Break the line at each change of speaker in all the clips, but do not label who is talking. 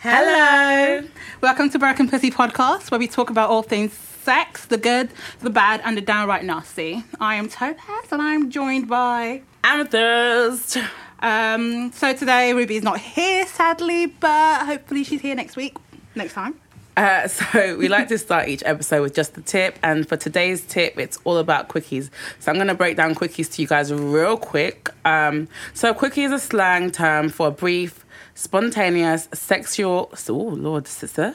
Hello. Welcome to Broken Pussy Podcast, where we talk about all things sex, the good, the bad, and the downright nasty. I am Topaz, and I'm joined by.
Amethyst.
Um, so today, Ruby's not here, sadly, but hopefully she's here next week, next time.
Uh, so we like to start each episode with just the tip, and for today's tip, it's all about quickies. So I'm going to break down quickies to you guys real quick. Um, so quickie is a slang term for a brief, spontaneous, sexual. Oh Lord, sister.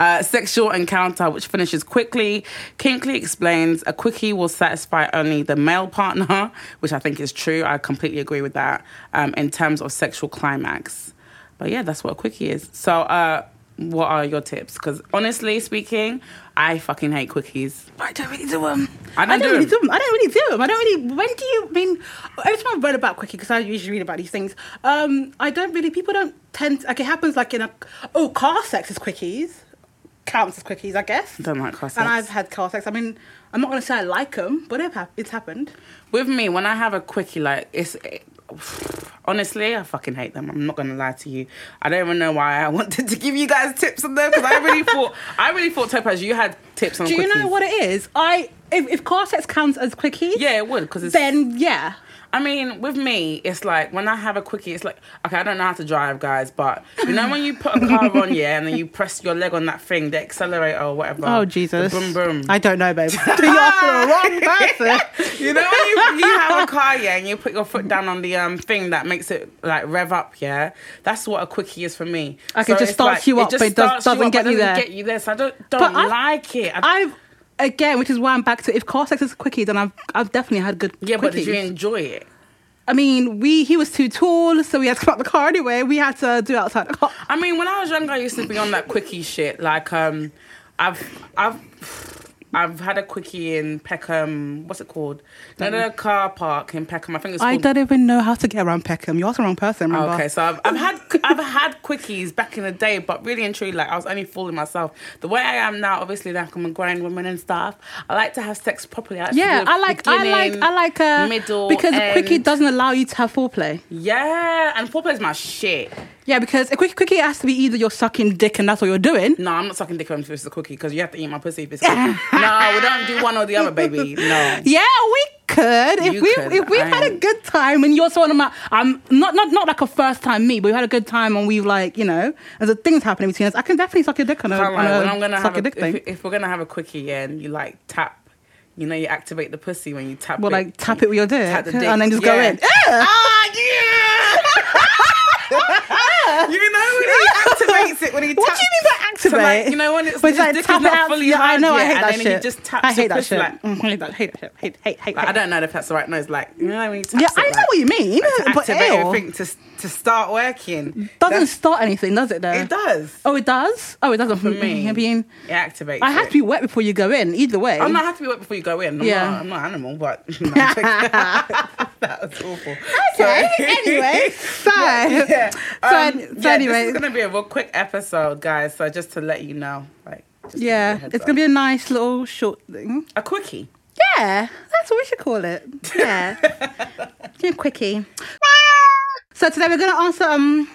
Uh, sexual encounter which finishes quickly. Kinkley explains a quickie will satisfy only the male partner, which I think is true. I completely agree with that um, in terms of sexual climax. But yeah, that's what a quickie is. So, uh, what are your tips? Because honestly speaking, I fucking hate quickies.
I don't really do them.
I don't do
really
'em.
do them. I don't really do them. I don't really. When do you I mean? Every time I've read about quickie, because I usually read about these things, um, I don't really. People don't tend. Like it happens, like in a oh, car sex is quickies. Counts as quickies, I guess.
Don't like car sex.
And I've had car sex. I mean, I'm not gonna say I like them, but it hap- it's happened.
With me, when I have a quickie, like it's it- honestly, I fucking hate them. I'm not gonna lie to you. I don't even know why I wanted to give you guys tips on them because I really thought I really thought Topaz, you had tips on.
Do you know
quickies.
what it is? I if, if car sex counts as quickies,
Yeah, it would because it's.
then yeah.
I mean, with me, it's like when I have a quickie, it's like okay, I don't know how to drive, guys, but you know when you put a car on, yeah, and then you press your leg on that thing, the accelerator or whatever.
Oh
the
Jesus!
Boom boom.
I don't know, babe. You're after the wrong person.
You know when you, you have a car, yeah, and you put your foot down on the um thing that makes it like rev up, yeah. That's what a quickie is for me.
Okay, just
it's
starts you up, but it does-
starts
doesn't
you up, but
get you
doesn't
there.
Get you there. So I don't
But
don't
I've-
like it. I,
I've again, which is why I'm back to if car sex is quickie, then I've I've definitely had good
yeah,
quickies.
but did you enjoy it?
I mean, we he was too tall, so we had to come out the car anyway. We had to do outside the car.
I mean, when I was younger, I used to be on that quickie shit. Like, um, I've, I've, I've had a quickie in Peckham. What's it called? No, the car park in Peckham. I think it's
I
called
don't even know how to get around Peckham. You asked the wrong person, remember?
Okay, so I've, I've had I've had quickies back in the day, but really and truly, like I was only fooling myself. The way I am now, obviously, like I'm a grown woman and stuff. I like to have sex properly. I
Yeah,
do the
I like, I like,
beginning,
I like, uh,
middle
because a quickie
end.
doesn't allow you to have foreplay.
Yeah, and foreplay is my shit.
Yeah, because a quick quickie has to be either you're sucking dick and that's what you're doing.
No, I'm not sucking dick when it's a cookie because you have to eat my pussy if it's a cookie. no, we don't do one or the other, baby. No.
Yeah, we could if
You
we
could,
if we
I
had a
am-
good time and you're talking about um not not not like a first time meet, but we had a good time and we like you know and the things happening between us. I can definitely suck your dick on a,
Can't
on
lie,
a
when I'm gonna
suck
have
your
a,
dick thing.
if, if we're gonna have a quickie, yeah, and you like tap, you know, you activate the pussy when you tap.
Well,
it. Ah,
like tap it with your dick,
Tap the dick.
and then just go
yeah.
in.
Ah, yeah. you know when he activates it when he.
What
taps-
do you mean by
So, like,
activate?
you know when it's
But
his
like,
dick
tap
is
it
not
out-
fully
yeah, I
hard
know, I
yet,
hate
and
that
then he
shit.
just taps
I hate
your
that
pussy,
shit.
like-
Mm, I hate that. Hate that shit. Hate hate hate.
Like, I
hate.
don't know if that's the right noise. Like you know when he taps
Yeah,
it,
I know
like,
what you mean,
To
but
activate
ew.
everything to to start working.
Doesn't
That's-
start anything, does it? Though.
it does
Oh, it does. Oh, it doesn't for
me.
I mean,
It activates.
I have
it.
to be wet before you go in. Either way,
I'm not have to be wet before you go in. I'm
Yeah.
not. I'm not an animal, but No, I'm joking. that was awful.
Okay.
So-
anyway, so
yeah.
So,
Um,
so
yeah,
anyway,
this is gonna be a real quick episode, guys. So just to let you know, like, just to give you a
yeah,
heads
it's
up.
gonna be a nice little short thing.
a quickie.
Yeah, that's what we should call it. Yeah, yeah, quickie. So today we're gonna answer um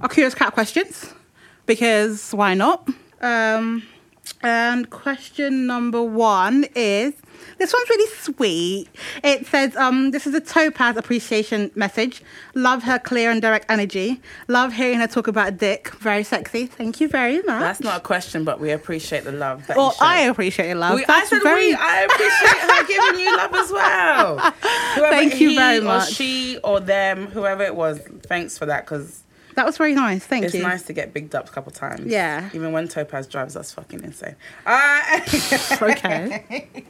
our curious cat questions because why not? Um, and question number one is this one's really sweet. It says, um, this is a Topaz appreciation message. Love her clear and direct energy. Love hearing her talk about dick. Very sexy. Thank you very much.
That's not a question, but we appreciate the love. That
well,
you
I
showed.
appreciate your love.
We, I
That's
said
very
we. I appreciate her giving you love as well. Whoever
Thank you
he
very
or
much.
she or them, whoever it was, thanks for that because
That was very nice. Thank
it's
you.
nice to get bigged up a couple times.
Yeah.
Even when Topaz drives, that's fucking insane. Uh,
Okay.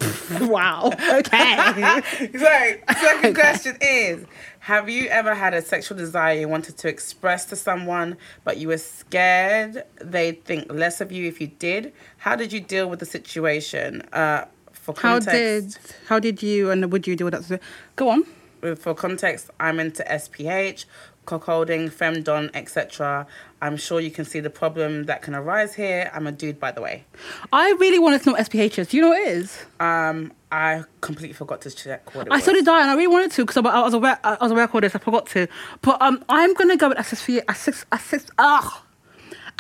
wow. Okay.
So, second question is Have you ever had a sexual desire you wanted to express to someone, but you were scared they'd think less of you if you did? How did you deal with the situation? Uh, for
How
context,
did how did you and would you do that? Go on.
with- for context, I'm into SPH, cockholding, femdom, etc. I'm sure you can see the problem that can arise here. I'm a dude, by the way.
I really wanted to know what SPH is. Do you know what it is?
Um, I completely forgot to check what it
I
was.
saw the die and I really wanted to because I, I was aware I was aware of all this. I forgot to, but um, I'm gonna go with SSV. Assist, assist, ah,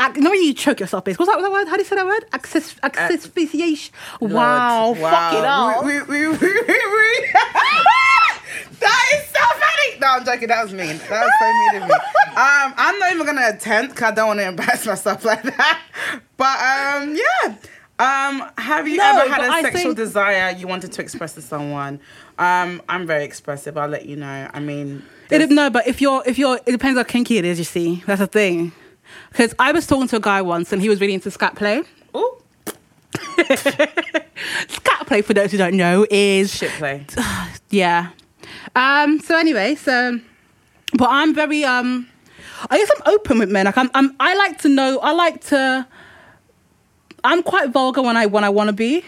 I, you know when you choke yourself, basically. What's that, what's that word? How do you say that word? Access, asphyxiation. Wow,
Lord.
fuck it
Uh, Wow.
up.
We, we, we, we, we. that is so funny. No, I'm joking. That was mean. That was so mean of me. Um, I'm not even gonna attempt because I don't want to embarrass myself like that. But um, yeah. Um, have you
No,
ever had
but
a
I
sexual
think-
desire you wanted to express to someone? Um, I'm very expressive. I'll let you know. I mean,
It, dep- no, but if you're, if you're, it depends how kinky it is. You see, that's the thing. Because I was talking to a guy once, and he was really into scat play.
Ooh,
Scat play, for those who don't know, is
shit play.
yeah. Um. So anyway, so, but I'm very um. I guess I'm open with men. Like I'm, I'm I like to know. I like to. I'm quite vulgar when I when I want to be.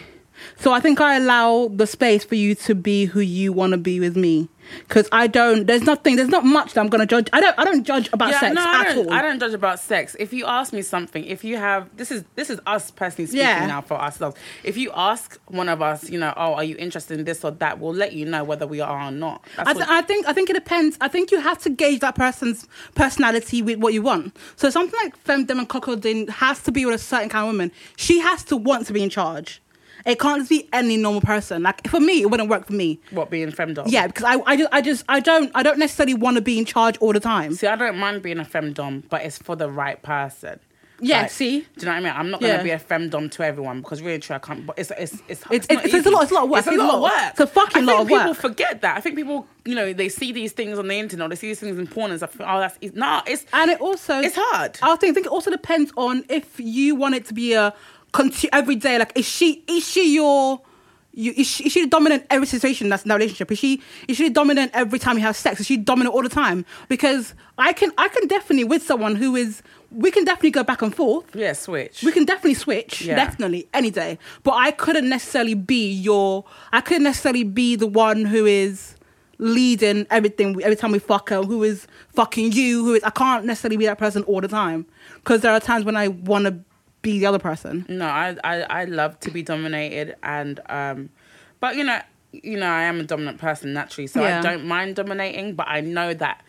So I think I allow the space for you to be who you want to be with me. Cause I don't. There's nothing. There's not much that I'm gonna judge. I don't. I don't judge about sex
no, I
at
don't,
all.
I don't judge about sex. If you ask me something, if you have this is this is us personally speaking
Yeah.
now for ourselves. If you ask one of us, you know, oh, are you interested in this or that, we'll let you know whether we are or not. That's
I,
what-
th- I think I think it depends. I think you have to gauge that person's personality with what you want. So something like femdom and cocodin has to be with a certain kind of woman. She has to want to be in charge. It can't just be any normal person. Like for me, it wouldn't work for me.
what being femdom?
Yeah, because I I just I, just, I don't I don't necessarily want to be in charge all the time.
See, I don't mind being a femdom, but it's for the right person.
Yeah,
Like,
see?
do you know what I mean? I'm not gonna
Yeah.
be a femdom to everyone because really, true, I can't. But it's it's it's
It's-
not
it's- it's a lot-
easy.
it's a lot of work,
It's a lot of work.
It's a fucking
I
lot
think
of
people
work.
forget that. I think people, you know, they see these things on the internet, or they see these things in porn, and stuff. Oh, that's easy. no, it's
and it also
It's hard.
I think think it also depends on if you want it to be a conti- every day. Like, is she is she your you, is, she, is she dominant every situation that's in that relationship? Is she is she dominant every time you have sex? Is she dominant all the time? Because I can I can definitely with someone who is we can definitely go back and forth.
yeah, switch.
We can definitely switch,
Yeah.
definitely any day. But I couldn't necessarily be your. I couldn't necessarily be the one who is leading everything every time we fuck her. Who is fucking you? Who is? I can't necessarily be that person all the time because there are times when I want to be the other person.
No, I, I I love to be dominated and um but you know you know I am a dominant person naturally, so I
Yeah.
don't mind dominating, but I know that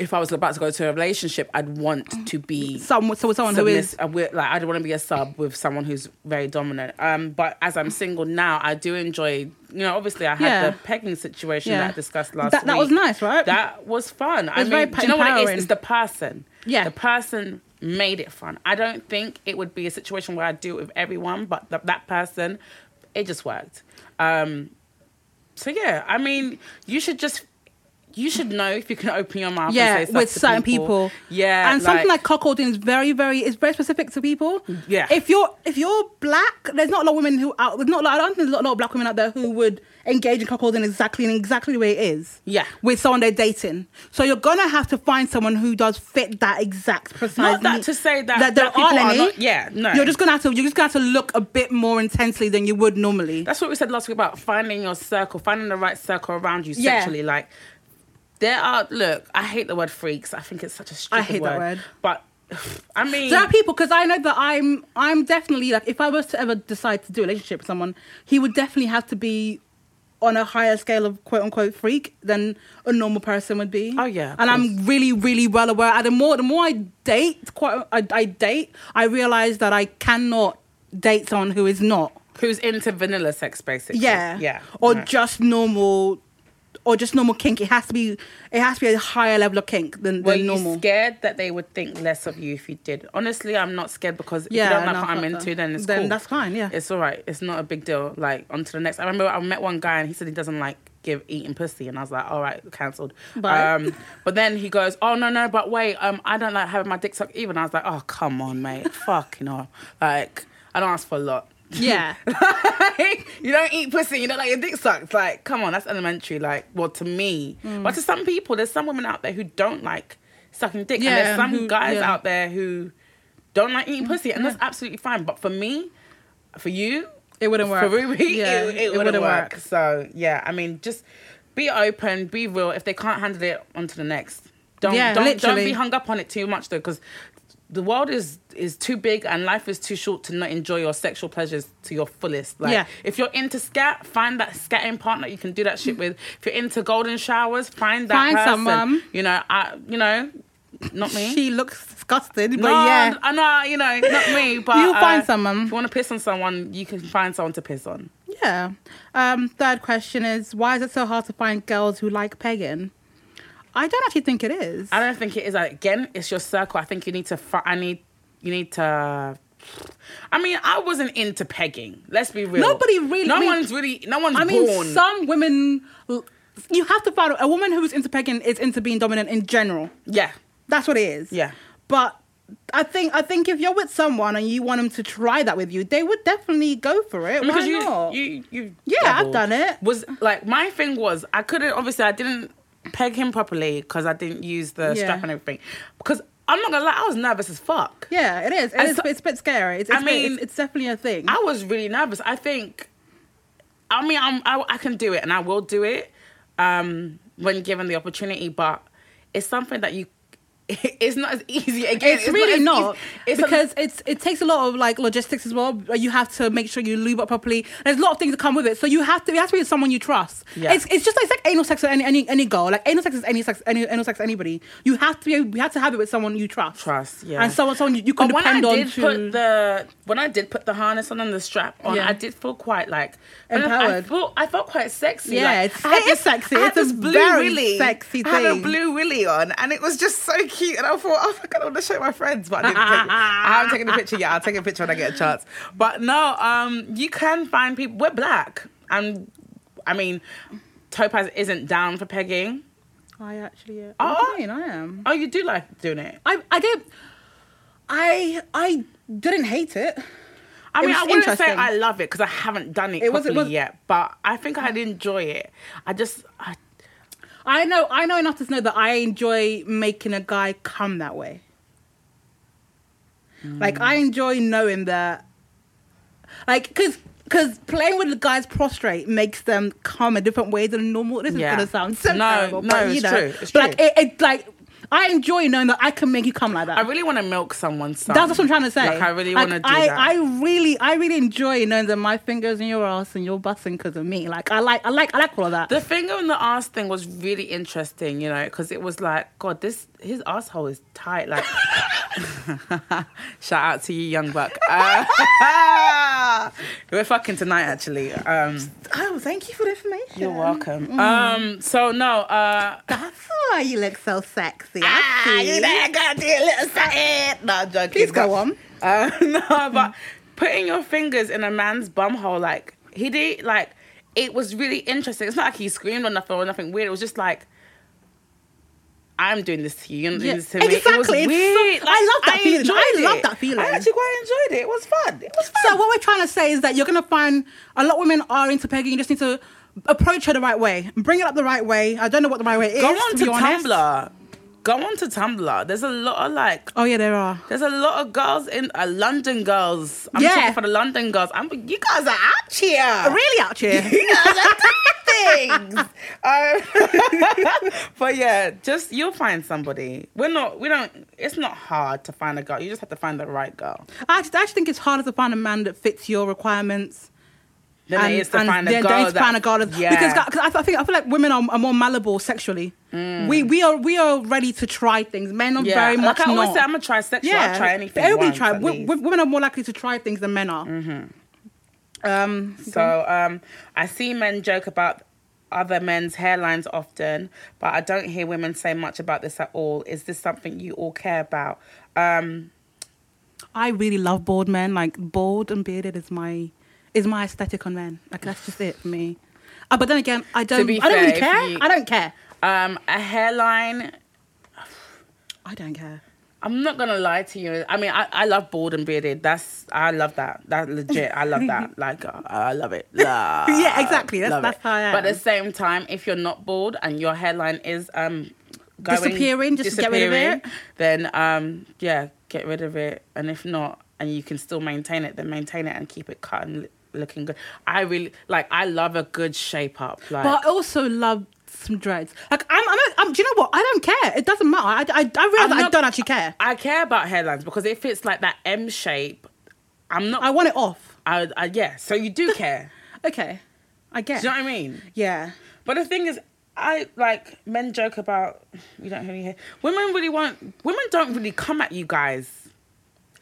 if I was about to go to a relationship, I'd want to be
Some, so someone who
submiss-
is.
uh, with- like I don't want to be a sub with someone who's very dominant. Um, but as I'm single now, I do enjoy. You know, obviously I had
Yeah.
the pegging situation
Yeah.
that I discussed last
That-
week.
that was nice, right?
That was fun. I
was
mean,
very
do you know what it
empowering.
is? It's the person.
Yeah.
the person made it fun. I don't think it would be a situation where I do it with everyone, but th- that person, it just worked. Um, so yeah, I mean, you should just. You should know if you can open your mouth.
Yeah,
and say stuff
with
to
certain people.
Yeah,
and something like cuckolding is very, very is very specific to people.
Yeah.
if you're if you're black, there's not a lot of women who out. There's not. a lot- I don't think there's a lot, a lot of black women out there who would engage in cuckolding exactly in exactly the way it is.
Yeah.
with someone they're dating. So you're gonna have to find someone who does fit that exact precise.
Not that
need-
to say that-
there
that
aren't
people are
any.
not- yeah, no.
You're just gonna have to. You're just gonna have to look a bit more intensely than you would normally.
That's what we said last week about finding your circle, finding the right circle around you
Yeah.
sexually. Like there are look, I hate the word freaks. I think it's such a stupid
I hate that word.
But I mean
there are people because I know that I'm I'm definitely like if I was to ever decide to do a relationship with someone, he would definitely have to be on a higher scale of quote unquote freak than a normal person would be.
Oh, yeah, of
and I'm really really well aware. And the more the more I date, quite I, I date, I realize that I cannot date someone who is not.
who's into vanilla sex basically.
Yeah.
Yeah.
Or
No.
just normal or just normal kink. It has to be it has to be a higher level of kink than, than
were you
normal.
scared that they would think less of you if you did? Honestly, I'm not scared because if
Yeah,
you don't like
no,
what I'm
fuck
into,
that.
then it's
Then
cool.
that's fine, yeah.
It's all right. It's not a big deal. Like on to the next. I remember I met one guy and he said he doesn't like give eating pussy, and I was like, all right, cancelled.
Bye.
Um, but then he goes, oh no no, but wait, um, I don't like having my dick sucked even. I was like, oh come on, mate, fucking off. Like I don't ask for a lot.
Yeah.
you don't eat pussy, you don't like your dick sucked. Like, come on, that's elementary. Like, well, to me,
Mm.
but to some people, there's some women out there who don't like sucking dick, and
Yeah,
there's some
who-
guys
yeah.
out there who don't like eating pussy, and that's absolutely fine. But for me, for you,
It wouldn't work.
For Ruby,
Yeah,
it, it
it
wouldn't,
wouldn't
work.
work.
So yeah, I mean, just be open, be real. If they can't handle it, on to the next. Don't
Yeah,
don't, don't
literally.
be hung up on it too much though, because the world is is too big and life is too short to not enjoy your sexual pleasures to your fullest. Like
Yeah.
if you're into scat, find that scatting partner you can do that shit with. If you're into golden showers, find that
Find
person.
someone.
You know, I you know. Not me.
She looks disgusted, but
no,
yeah.
I know, you know, not me, but
You'll find
uh,
someone.
If you want to piss on someone, you can find someone to piss on.
Yeah. Um, third question is why is it so hard to find girls who like pegging? I don't actually think it is.
I don't think it is. Again, it's your circle. I think you need to. Fi- I need. You need to. I mean, I wasn't into pegging. Let's be real.
Nobody really-
No
I mean-
one's really. No one's
I mean,
born.
some women, l- you have to find a woman who's into pegging is into being dominant in general.
yeah.
That's what it is.
Yeah.
But I think I think if you're with someone and you want them to try that with you, they would definitely go for it. Why
Because you,
not?
you, you.
Yeah, I've
dabbled.
done it.
Was like my thing was I couldn't. Obviously, I didn't peg him properly because I didn't use the
Yeah.
strap and everything. Because I'm not gonna lie, I was nervous as fuck.
yeah, it is. It
I
is
so-
it's a bit scary. It's, it's,
I
a bit-
mean-
it's, it's definitely a thing.
I was really nervous. I think, I mean, I'm, I, I can do it and I will do it um, when given the opportunity, but it's something that you, it's not as easy again.
it's, really
as
not,
easy- It's a-
because it's it takes a lot of like logistics as well. You have to make sure you lube up properly. There's a lot of things that come with it, so you have to. It has to be with someone you trust.
Yeah.
It's, it's just like, it's like anal sex with any, any any girl. Like anal sex is any sex any anal sex to anybody. You have to be, you have to have it with someone you trust.
Trust, yeah.
And someone someone you, you can
but when I
depend on
did
to.
put the when I did put the harness on and the strap on,
Yeah.
I did feel quite like I don't know,
Empowered.
I felt I felt quite sexy.
Yeah,
like,
it's-
I had
it is sexy.
I had
It's a
this blue
very
willy.
sexy
I had
thing.
a blue willy on, and it was just so cute. And I thought, oh my god, I want to show my friends, but I didn't. Take, I haven't taken a picture yet. I'll take a picture when I get a chance. But no, um, you can find people. We're black, and I mean, Topaz isn't down for pegging.
I actually. Uh,
Oh.
I mean, I am.
Oh, you do like doing it.
I I did. I I didn't hate it.
I mean,
was
I wouldn't say
interesting.
I love it because I haven't done it,
It was- it
properly
was-
yet, but I think I'd enjoy it. I just, I,
I know I know enough to know that I enjoy making a guy come that way. Like I
Mm.
enjoy knowing that, like, cause. Because playing with the guys prostrate makes them come a different way than normal. This
Yeah.
is gonna sound so
No,
terrible,
no,
but you
it's
know,
true, it's
but, like it, it, like I enjoy knowing that I can make you come like that.
I really want to milk someone's son.
That's what I'm trying to say.
Like, I really
Like,
want to do
I,
that.
I really, I really enjoy knowing that my fingers in your ass and you're busting because of me. Like I like, I like, I like all of that.
the finger in the ass thing was really interesting, you know, because it was like, God, this his asshole is tight. Like, shout out to you, young buck. Uh, we're fucking tonight, actually. Um,
oh, thank you for the information.
you're welcome. Um, so no, uh,
That's why you look so sexy. I
Ah,
see.
you there got the little something. No, I'm joking.
Please go
But-
on.
Uh, no, but putting your fingers in a man's bum hole, like he did, like it was really interesting. It's not like he screamed or nothing or nothing weird. It was just like. I'm doing this to you. You're not
Yeah,
doing this to me. It was
exactly. It's so-
weird.
I love that feeling.
enjoyed
I love
it.
that feeling.
I actually quite enjoyed it. It was fun. It was fun.
So what we're trying to say is that you're gonna find a lot of women are into pegging. You just need to approach her the right way, bring it up the right way. I don't know what the right way is.
Go on to,
be honest.
Tumblr. Go on to Tumblr. There's a lot of like
Oh yeah, there are.
There's a lot of girls in uh, London girls. I'm
Yeah.
talking for the London girls. I'm you guys are out here.
Really out here.
You guys are doing things. Um, but yeah, just you'll find somebody. We're not. We don't. It's not hard to find a girl. You just have to find the right girl.
I actually, I actually think it's harder to find a man that fits your requirements.
Than it is to find a
they're
girl.
going to
that-
find a girl that-
Yeah.
because gu- 'cause I, I think I feel like women are, are more malleable sexually. We we are we are ready to try things. Men are
Mm. yeah.
very much
like I always
not.
say, I'm a trisexual. I'll try anything.
Everybody
once
try.
at
W-
least.
w- women are more likely to try things than men are. Um,
So um, I see men joke about other men's hairlines often, but I don't hear women say much about this at all. Is this something you all care about? Um,
I really love bald men. Like bald and bearded is my is my aesthetic on men. Like that's just it for me. Uh, but then again, I don't.
be
I don't really
fair, if
care.
you-
I don't care.
um, a hairline.
I don't care.
I'm not gonna lie to you. I mean, I, I love bald and bearded. That's I love that. That legit. I love that. Like uh, I love it. Love,
Yeah, exactly. That's-
love
that's how I am.
But at the same time, if you're not bald and your hairline is um going,
Disappearing, just get rid of it.
Then um yeah, get rid of it. And if not, and you can still maintain it, then maintain it and keep it cut and l- looking good. I really like. I love a good shape up. Like
But I also love some dreads. Like I'm. I'm, a, I'm do you know what? I don't care. It doesn't matter. I. I, I realize
I'm
I
not-
don't actually care.
I care about hairlines because if it's like that M shape, I'm not.
I want it off.
I, I yeah. So you do care.
Okay. I get.
Do you know what I mean?
yeah.
But the thing is, I like men joke about you don't really hear women really want women don't really come at you guys.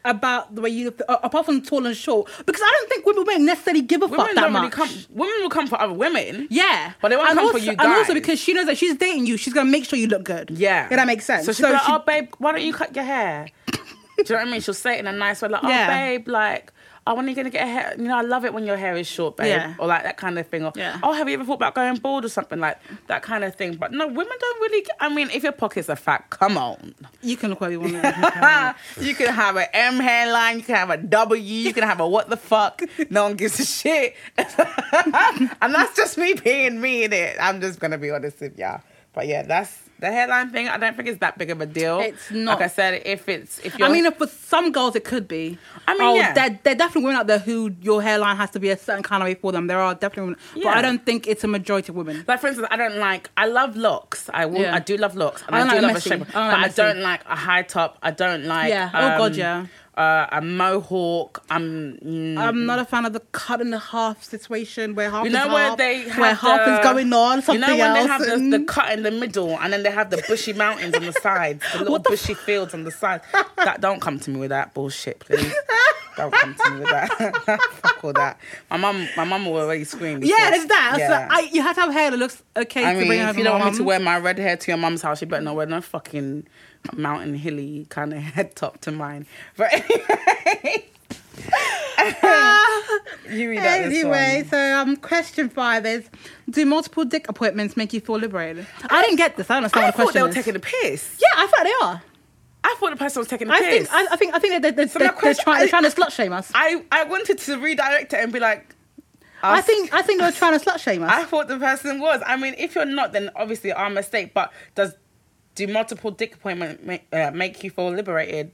About the way you look, uh, apart from tall and short, because I don't think women won't necessarily give a
Women
fuck that
don't
much.
really come. Women will come for other women.
Yeah,
But they won't
and
come for
also,
you
And also
guys.
because she knows that she's dating you, she's gonna make sure you look good.
Yeah.
yeah, that makes sense.
So she's like, oh, babe, why don't you cut your hair? Do you know what I mean? She'll say it in a nice way, like, oh,
Yeah.
babe, like, oh, when are you going to get a hair? You know, I love it when your hair is short, babe.
Yeah.
Or like that kind of thing. Or,
Yeah.
oh, have you ever thought about going bald or something like that kind of thing? But no, women don't really, I mean, if your pockets are fat, come on.
you can look where you want. to look.
you can have an M hairline, you can have a W, you can have a what the fuck. No one gives a shit. and that's just me being me in it. I'm just gonna be honest with y'all. But yeah, that's the hairline thing. I don't think it's that big of a deal.
It's not.
Like I said, if it's if
I
you're
mean, for some girls it could be.
I mean,
oh,
yeah.
there, there are definitely women out there who your hairline has to be a certain kind of way for them. There are definitely, women, but
Yeah.
I don't think it's a majority of women.
like for instance, I don't like. I love locks. I will.
Yeah.
I do love locks. And
I
I,
don't
do
like
love
messy.
a shape,
I don't like
but I
messy.
don't like a high top. I don't like.
Yeah. Oh, God, yeah.
Uh, a mohawk. I'm. mm,
I'm not a fan of the cut and the half situation where half
You know
is
where
half,
they have
where half
the-
is going on something
You know when
else.
they have the, the
and-
cut in the middle, and then they have the bushy mountains on the sides, the little bushy fields on the sides. That don't come to me with that bullshit, please. don't come to me with that. Fuck all that. My mum, my mum will already scream.
yeah,
because-
there's that.
Yeah.
So I, you have to have hair that looks okay
I
to
mean,
bring
if
home
you don't
my
want me to
mum.
wear my red hair to your mum's house, you better not wear no fucking mountain hilly kind of head top to mine. But anyway, you read out this one.
Anyway, so um, question five is: Do multiple dick appointments make you feel liberated? I didn't get this. I don't understand
I
what the
thought
question
they were
is.
taking a piss.
yeah, I thought they are.
I thought the person was taking a
I
piss.
think I, I think I think that they're, they're,
my
they're,
question-
trying, they're
I-
trying to slut shame us.
I, I wanted to redirect it and be like,
I
us.
think I think they were trying to slut shame us.
I thought the person was. I mean, if you're not, then obviously our mistake. But does do multiple dick appointment make, uh, make you feel liberated?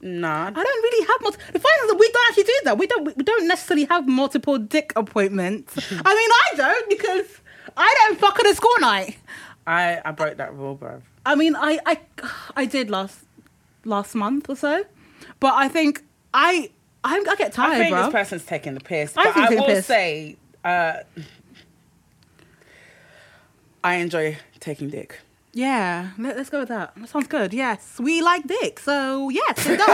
Nah.
I don't really have multiple. The fact is that we don't actually do that. We don't. We don't necessarily have multiple dick appointments.
Hmm.
I mean, I don't because I don't fuck at a school night.
I, I broke that rule, bro.
I mean, I I I did last last month or so, but I think I I, I get
I
tired,
think
bro.
this person's taking the piss.
I
But
think
I,
he's taking
will
the piss.
say, uh, I enjoy taking dick.
yeah, let, us go with that. That sounds good. Yes, we like dick, so yes, it does.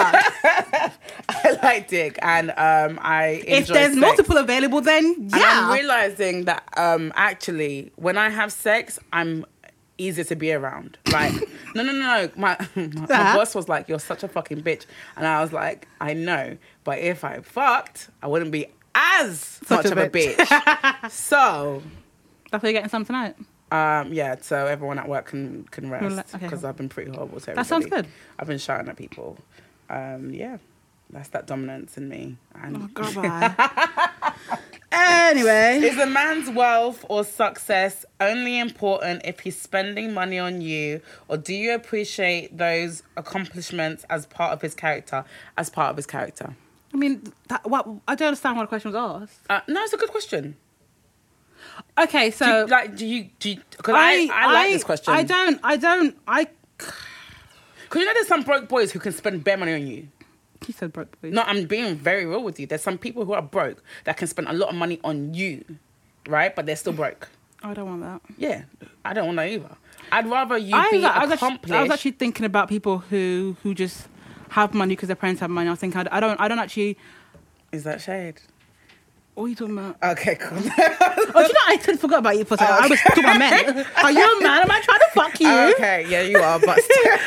I like dick, and um, I enjoy
if there's
sex.
multiple available, then
And
yeah.
I'm realizing that um actually when I have sex, I'm easier to be around. Like no no no no. My my, my
Uh-huh.
boss was like, You're such a fucking bitch and I was like, I know, but if I fucked, I wouldn't be as much
a
of a
bitch."
bitch. so
That's what you're getting some tonight.
um yeah, so everyone at work can can rest
Rela- okay.
because I've been pretty horrible to everybody.
That sounds good.
I've been shouting at people. Um yeah. That's that dominance in me. And
Oh, anyway,
Is a man's wealth or success only important if he's spending money on you, or do you appreciate those accomplishments as part of his character? As part of his character?
I mean, that, what, I don't understand why the question was asked.
Uh, no, it's a good question.
Okay,
Do you,
so
like, do you? Do you? Because I, I, like this question.
I don't, I don't, I.
Because you know, there's some broke boys who can spend bare money on you.
He said broke boys.
No, I'm being very real with you. There's some people who are broke that can spend a lot of money on you, right? But they're still broke.
I don't want that.
Yeah, I don't want that either. I'd rather you
I
be
was, I, was
accomplished.
actually, I was actually thinking about people who who just have money because their parents have money. I was thinking, I don't, I don't actually.
Is that shade?
What are you talking about?
Okay, cool.
Oh, do you know, I totally forgot about you for a second. I was talking about men. Are you a man? Am I trying to fuck you?
okay, yeah, you are, but still.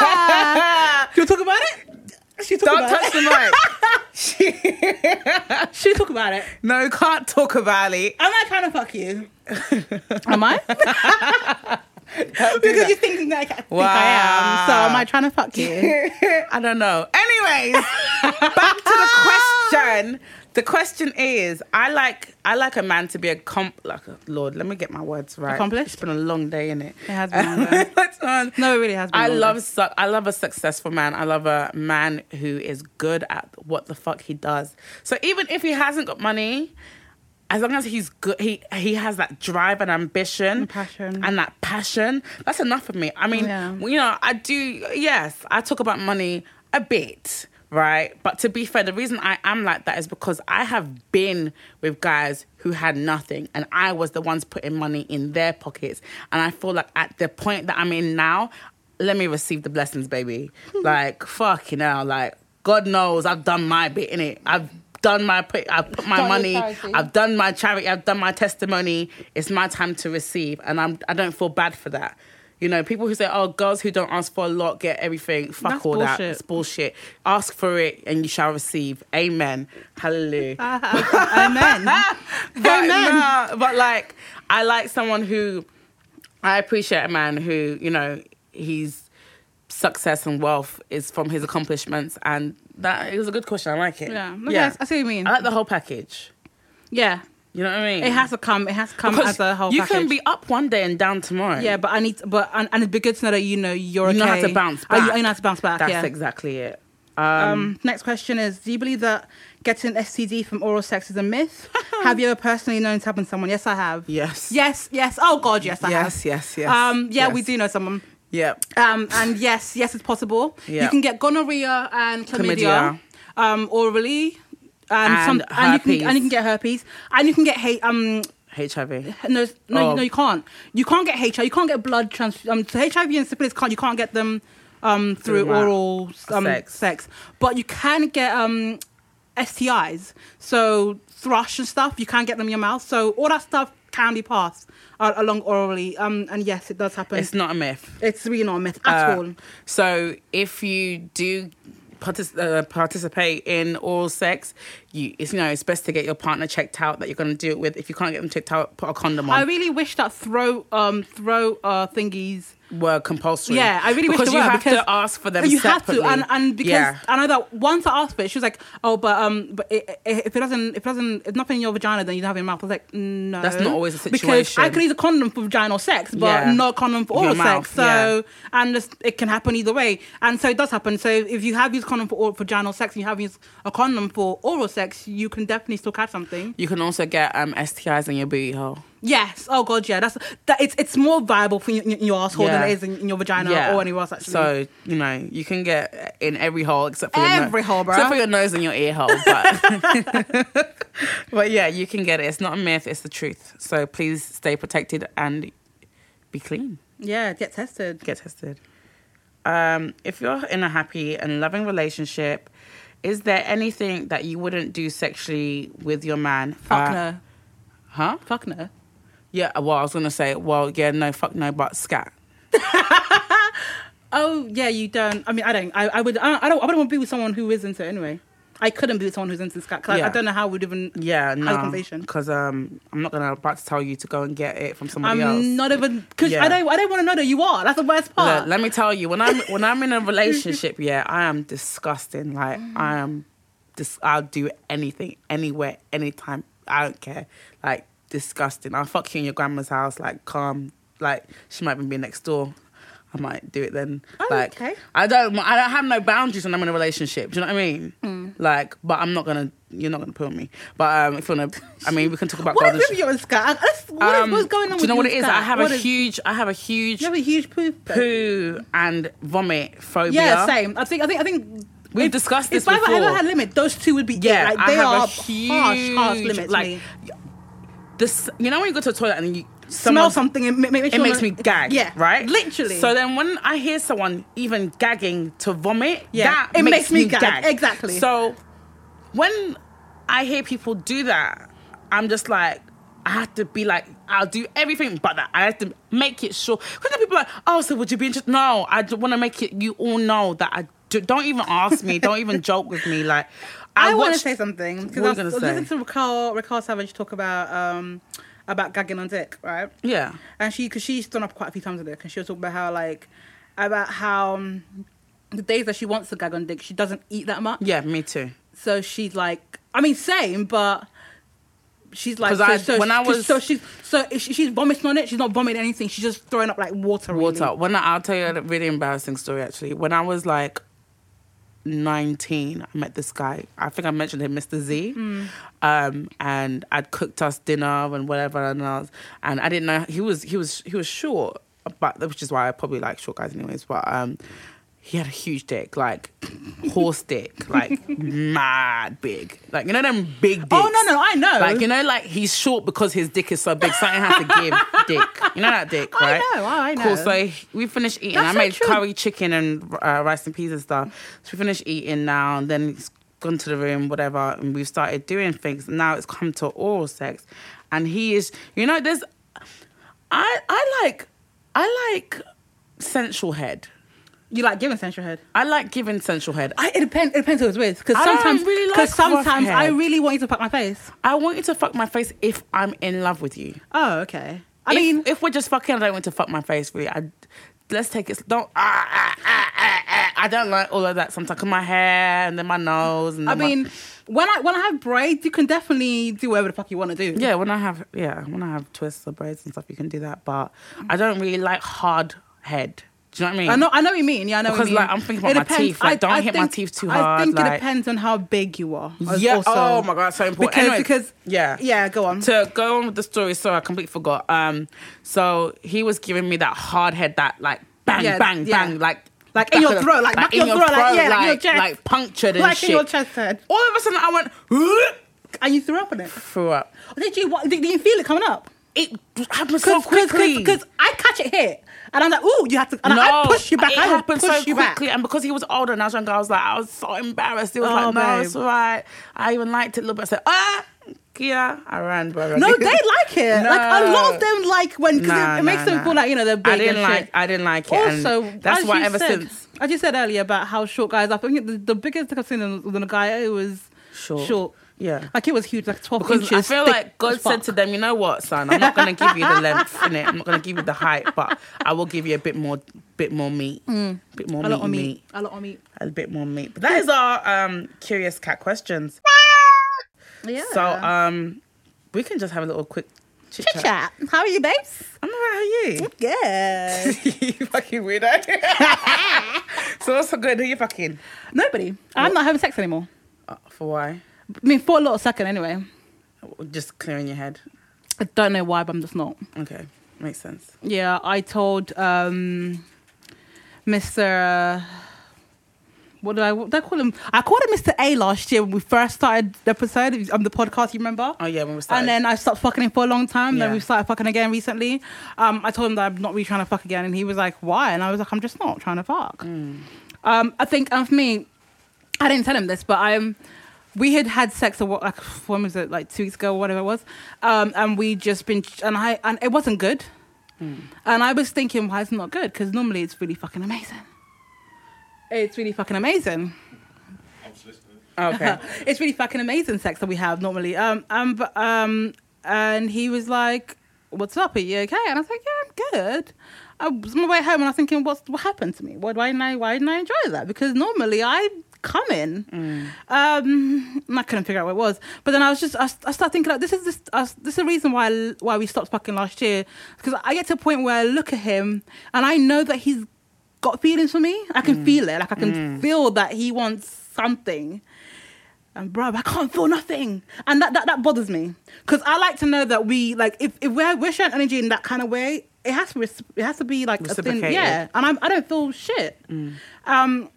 Ah! Should we talk about it? Should we talk
don't
about
touch the mic.
it? Should we talk about it?
No, can't talk about it.
Am I trying to fuck you? Am I?
Don't do
because
that.
you're thinking that I think I
Wow.
am. So am I trying to fuck you?
I don't know. Anyways, back to the question. The question is, I like I like a man to be a comp like a, Lord, let me get my words right.
Accomplished?
It's been a long day, innit?
It has been a long day.
It's on.
No, it really has been
I
a long
love su- I love a successful man. I love a man who is good at what the fuck he does. So even if he hasn't got money, as long as he's good, he he has that drive and ambition,
And passion.
and that passion. That's enough for me. I mean,
Yeah.
you know, I do. Yes, I talk about money a bit, right? But to be fair, the reason I am like that is because I have been with guys who had nothing and I was the ones putting money in their pockets. And I feel like at the point that I'm in now, let me receive the blessings, baby.
Hmm.
like, fuck you know, like God knows I've done my bit in it. I've done my put I've put my
Done your
money,
charity.
I've done my charity, I've done my testimony. It's my time to receive. And I'm I don't feel bad for that. You know, people who say, Oh, girls who don't ask for a lot get everything. Fuck
That's
all that.
bullshit.
It's bullshit. Ask for it and you shall receive. Amen. Hallelujah.
Amen.
but, nah, but like, I like someone who, I appreciate a man who, you know, his success and wealth is from his accomplishments. And that it was a good question. I like it.
Yeah. Okay, I see what you mean.
I like the whole package.
yeah.
You know what I mean?
It has to come. It has to come
Because
as a whole
You
package.
can be up one day and down tomorrow.
Yeah, but I need, but and, and it'd be good to know that you know you're
You know how
okay.
to bounce
Oh, you-
back.
you know how to bounce back.
That's
yeah.
exactly it. Uh,
Um, next question is: Do you believe that getting STD from oral sex is a myth? have you ever personally known it happen to someone? Yes, I have.
Yes.
Yes. Yes. Oh God, yes, I
Yes,
have.
yes, yes.
Um, yeah,
yes.
we do know someone.
Yep.
Um, and yes, yes, it's possible. You
Yeah.
can get gonorrhea and chlamydia,
Chlamydia.
um, orally. Um,
And
some, and you can
herpes.
and you can get herpes and you can get hate um
HIV.
no, no,
Oh.
no, you can't. You can't get HIV. You can't get blood trans. Um, so HIV and syphilis can't. You can't get them um, through
Through what?
oral um, sex.
Sex.
But you can get um, STIs. So thrush and stuff. You can get them in your mouth. So all that stuff can be passed uh, along orally. Um, and yes, it does happen.
It's
It's,
not a myth.
really not a myth at
Uh,
all.
So if you do partic- uh, participate in oral sex, you it's, you know it's best to get your partner checked out that you're going to do it with. If you can't get them checked out, put a condom
I
on.
really wish that throw um throw uh thingies
were compulsory.
Yeah, I really wish
because
they
you
were,
have
because
to ask for them.
you
separately.
have to, and and because
yeah.
I know that once I asked for it, she was like, "Oh, but um, but i i if it doesn't, if it doesn't, if nothing in your vagina, then you don't have it in your mouth." I was like, "No,
That's not always the
Because I
situation.
could use a condom for vaginal sex, but
Yeah.
not a condom for
Your
oral
mouth,
sex. So
yeah.
and this, it can happen either way, and so it does happen. So if you have used condom for oral, vaginal sex and you have used a condom for oral sex, you can definitely still catch something.
you can also get um, STIs in your booty hole.
Yes. Oh God, yeah. That's that. It's it's more viable for your, your asshole
Yeah.
than it is in, in your vagina or anywhere else. Actually,
So you know you can get in every hole except for your
Every hole, bruh.
except for your nose and your ear hole. But but yeah, you can get it. It's not a myth. It's the truth. So please stay protected and be clean.
yeah, get tested.
Get tested. Um, if you're in a happy and loving relationship, is there anything that you wouldn't do sexually with your man?
Fuck
Uh,
no.
Huh?
Fuck no.
Yeah. Well, I was gonna say, well, yeah, no, fuck no, but scat.
Oh yeah, you don't. I mean, I don't. I, I would. I, I don't. I wouldn't want to be with someone who is into it anyway. I couldn't be with someone who's into scat. Cause I- I,
Yeah.
don't know how I would even.
Yeah,
the
no,
conversation.
because um, I'm not gonna about to tell you to go and get it from somebody
I'm
else.
not even. Cause
Yeah.
I don't. I don't want to know that you are. That's the worst part.
Look, let me tell you, when I'm when I'm in a relationship, yeah, I am disgusting. Like I
Mm.
am, dis- I'll do anything, anywhere, anytime. I don't care. Like disgusting. I'll fuck you in your grandma's house. Like calm. Like she might even be next door. I might do it then.
Oh,
like
okay.
I don't. I don't have no boundaries when I'm in a relationship. Do you know what I mean?
Mm.
Like, but I'm not gonna. You're not gonna put me. But um, if you wanna, I mean, we can talk about.
what
golden
is
sh-
with you and scat? That's- what is-
Um,
what's going on
Do you know
with
what
you
it
and
is?
scat?
I have
What
a
is-
huge. I have a huge
You have a huge poop.
poo and vomit phobia.
Yeah, same. I think. I think. I think.
We've
if-
discussed this
If I ever
before.
had a limit, those two would be.
Yeah,
it. like they
I have
are
a huge
harsh, harsh limits.
like
me.
this. You know when you go to a toilet and you
smell
someone-
something and make,
It makes me gag.
Yeah,
right.
Literally.
So then when I hear someone even gagging to vomit,
Yeah,
that
it makes
makes,
me
me
gag.
gag.
Exactly.
So when I hear people do that, I'm just like. I have to be like, I'll do everything but that. I have to make it sure. Because people are like, oh, so would you be interested? No, I want to make it, you all know that I do, don't even ask me. don't even joke with me. Like,
I, want to
watched-
say something
What are
because I
you
was
gonna say?
listening to Raquel, Raquel Savage talk about um, about gagging on dick, right?
Yeah.
And she, because she's done up quite a few times on dick, and she was talking about how like about how um, the days that she wants to gag on dick, she doesn't eat that much,
Yeah, me too.
so she's like, I mean, same, but. She's like,
'Cause
so,
I-
so,
when I
so-
was-
so she's so if she, she's vomiting on it. She's not vomiting anything. She's just throwing up like water. really.
Water. When I, I'll tell you a really embarrassing story actually. When I was like 19, I met this guy. I think I mentioned him, Mr. Z.
Hmm.
Um, and I'd cooked us dinner and whatever, and I was, and I didn't know he was he was he was short, but which is why I probably like short guys anyways. But um, he had a huge dick, like horse dick, like mad big. Like, you know, them big dicks.
Oh, no, no, I know.
Like, you know, like he's short because his dick is so big. Something has to give dick. You know that dick,
I
right?
know, I know.
Cool. So we finished eating.
That's
I
so
made
true.
curry chicken and uh, rice and peas and stuff. So we finished eating now, and then he's gone to the room, whatever, and we've started doing things. Now it's come to oral sex, and he is, you know, there's, I, I like, I like sensual head.
You like giving sensual head?
I like giving sensual head.
I, it depends. It depends who it's with. Because
I don't
sometimes,
really like
because
rough
sometimes I
head.
really want you to fuck my face.
I want you to fuck my face if I'm in love with you.
Oh, okay. I
if,
mean,
if we're just fucking, I don't want to fuck my face. Really, I let's take it. Don't. Ah, ah, ah, ah, ah. I don't like all of that. Sometimes 'cause my hair and then my nose. And
I
then my-
mean, when I when I have braids, you can definitely do whatever the fuck you want to do.
yeah. When I have yeah, when I have twists or braids and stuff, you can do that. But I don't really like hard head. Do you know what I mean?
I know, I know what you mean. Yeah, I know. what
Because,
you mean.
like, I'm thinking about my teeth. Like, don't hit my teeth too
I
hard,
think it
like-
depends on how big you are. as-
Yeah.
also.
Oh my god, so important.
Because
Anyway,
because
yeah,
yeah. Go on.
to go on with the story, sorry, I completely forgot. Um, so he was giving me that hard head, that like bang,
Yeah,
bang,
yeah.
bang, like
Like in your throat, like back
in
your throat, like, yeah, like your chest.
like punctured and
like
shit.
in your chest head,
All of a sudden, I went "Ugh,"
and you threw up on it. Oh,
threw up.
Did you? What, did, did you feel it coming up?
It happened so quickly.
Because I catch it here, and I'm like, ooh, you have to. And
no,
I push you back.
It
I will
happened
push
so
you
quickly,
Back.
and because he was older and I was younger, I was like, I was so embarrassed. He was
Oh,
like, no,
babe.
it's all right. I even liked it a little bit. I said, ah, yeah, I ran, bro.
No, they like it. Like a lot of them like when because
Nah,
it, it makes
nah,
them
nah.
feel like you know they're big
I didn't
and
like.
shit.
I didn't like it. and
Also,
that's
as
why
you
ever
said,
since
as you said earlier about how short guys are, I think the, the biggest dick I've seen in- than a guy it was
Short. Yeah.
like it was huge, like twelve
Because I
inches.
feel
thick
like God
as fuck.
said to them, you know what, son, I'm not gonna give you the length in it. I'm not gonna give you the height, but I will give you a bit more, bit more meat, bit more
Mm. a lot
meat,
of meat,
meat,
a lot of meat.
a bit more meat. But that is our um, curious cat questions.
Yeah.
So um, we can just have a little quick chit
chit
chat.
chat. How are you, babes?
I'm alright. How
Mm.
are you?
Yeah.
you fucking weirdo. so what's so good? Who you fucking?
Nobody. I'm not having sex anymore.
Uh, for why?
I mean, for a little second anyway.
Just clearing your head.
I don't know why, but I'm just not.
Okay, makes sense.
Yeah, I told um, Mr. What did I, what did I call him? I called him Mr. A last year when we first started the episode of um, the podcast, you remember?
Oh yeah, when we started.
And then I stopped fucking him for a long time.
Yeah.
Then we started fucking again recently. Um, I told him that I'm not really trying to fuck again, and he was like, "Why?" And I was like, "I'm just not trying to fuck." Um, I think, and for me, I didn't tell him this, but I'm. We had had sex, a wh- like when was it? Like two weeks ago, or whatever it was. Um, and we just been, and I, and it wasn't good. And I was thinking, why is it not good? Because normally it's really fucking amazing. It's really fucking amazing.
Oh, okay.
it's really fucking amazing sex that we have normally. Um, um, but, um, and he was like, "What's up? Are you okay?" And I was like, "Yeah, I'm good." I was on my way home, and I was thinking, "What's what happened to me? Why, why didn't I? Why didn't I enjoy that? Because normally I come in." Um, and I couldn't figure out what it was. But then I was just, I, I started thinking, like, this is this, I, this is the reason why I- why we stopped fucking last year. Because I get to a point where I look at him, and I know that he's got feelings for me. I can feel it. Like I can feel that he wants something. And bruv, I can't feel nothing. And that, that, that bothers me. Because I like to know that we, like, if, if we're, we're sharing energy in that kind of way, it has to, res- it has to be like a thing.
Reciprocated.
Yeah. And I'm, I don't feel shit. Um,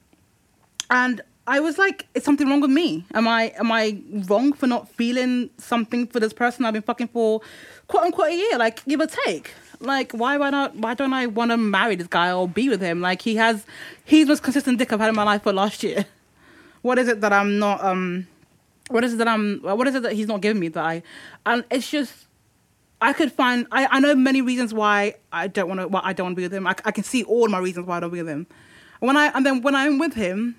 and I was like, is something wrong with me? Am I am I wrong for not feeling something for this person I've been fucking for quote unquote a year? Like give or take. Like why why not why don't I wanna marry this guy or be with him? Like he has he's the most consistent dick I've had in my life for last year. What is it that I'm not um what is it that I'm what is it that he's not giving me that I and it's just I could find I, I know many reasons why I don't want to why I don't want to be with him. I, I can see all my reasons why I don't be with him. When I and then when I'm with him,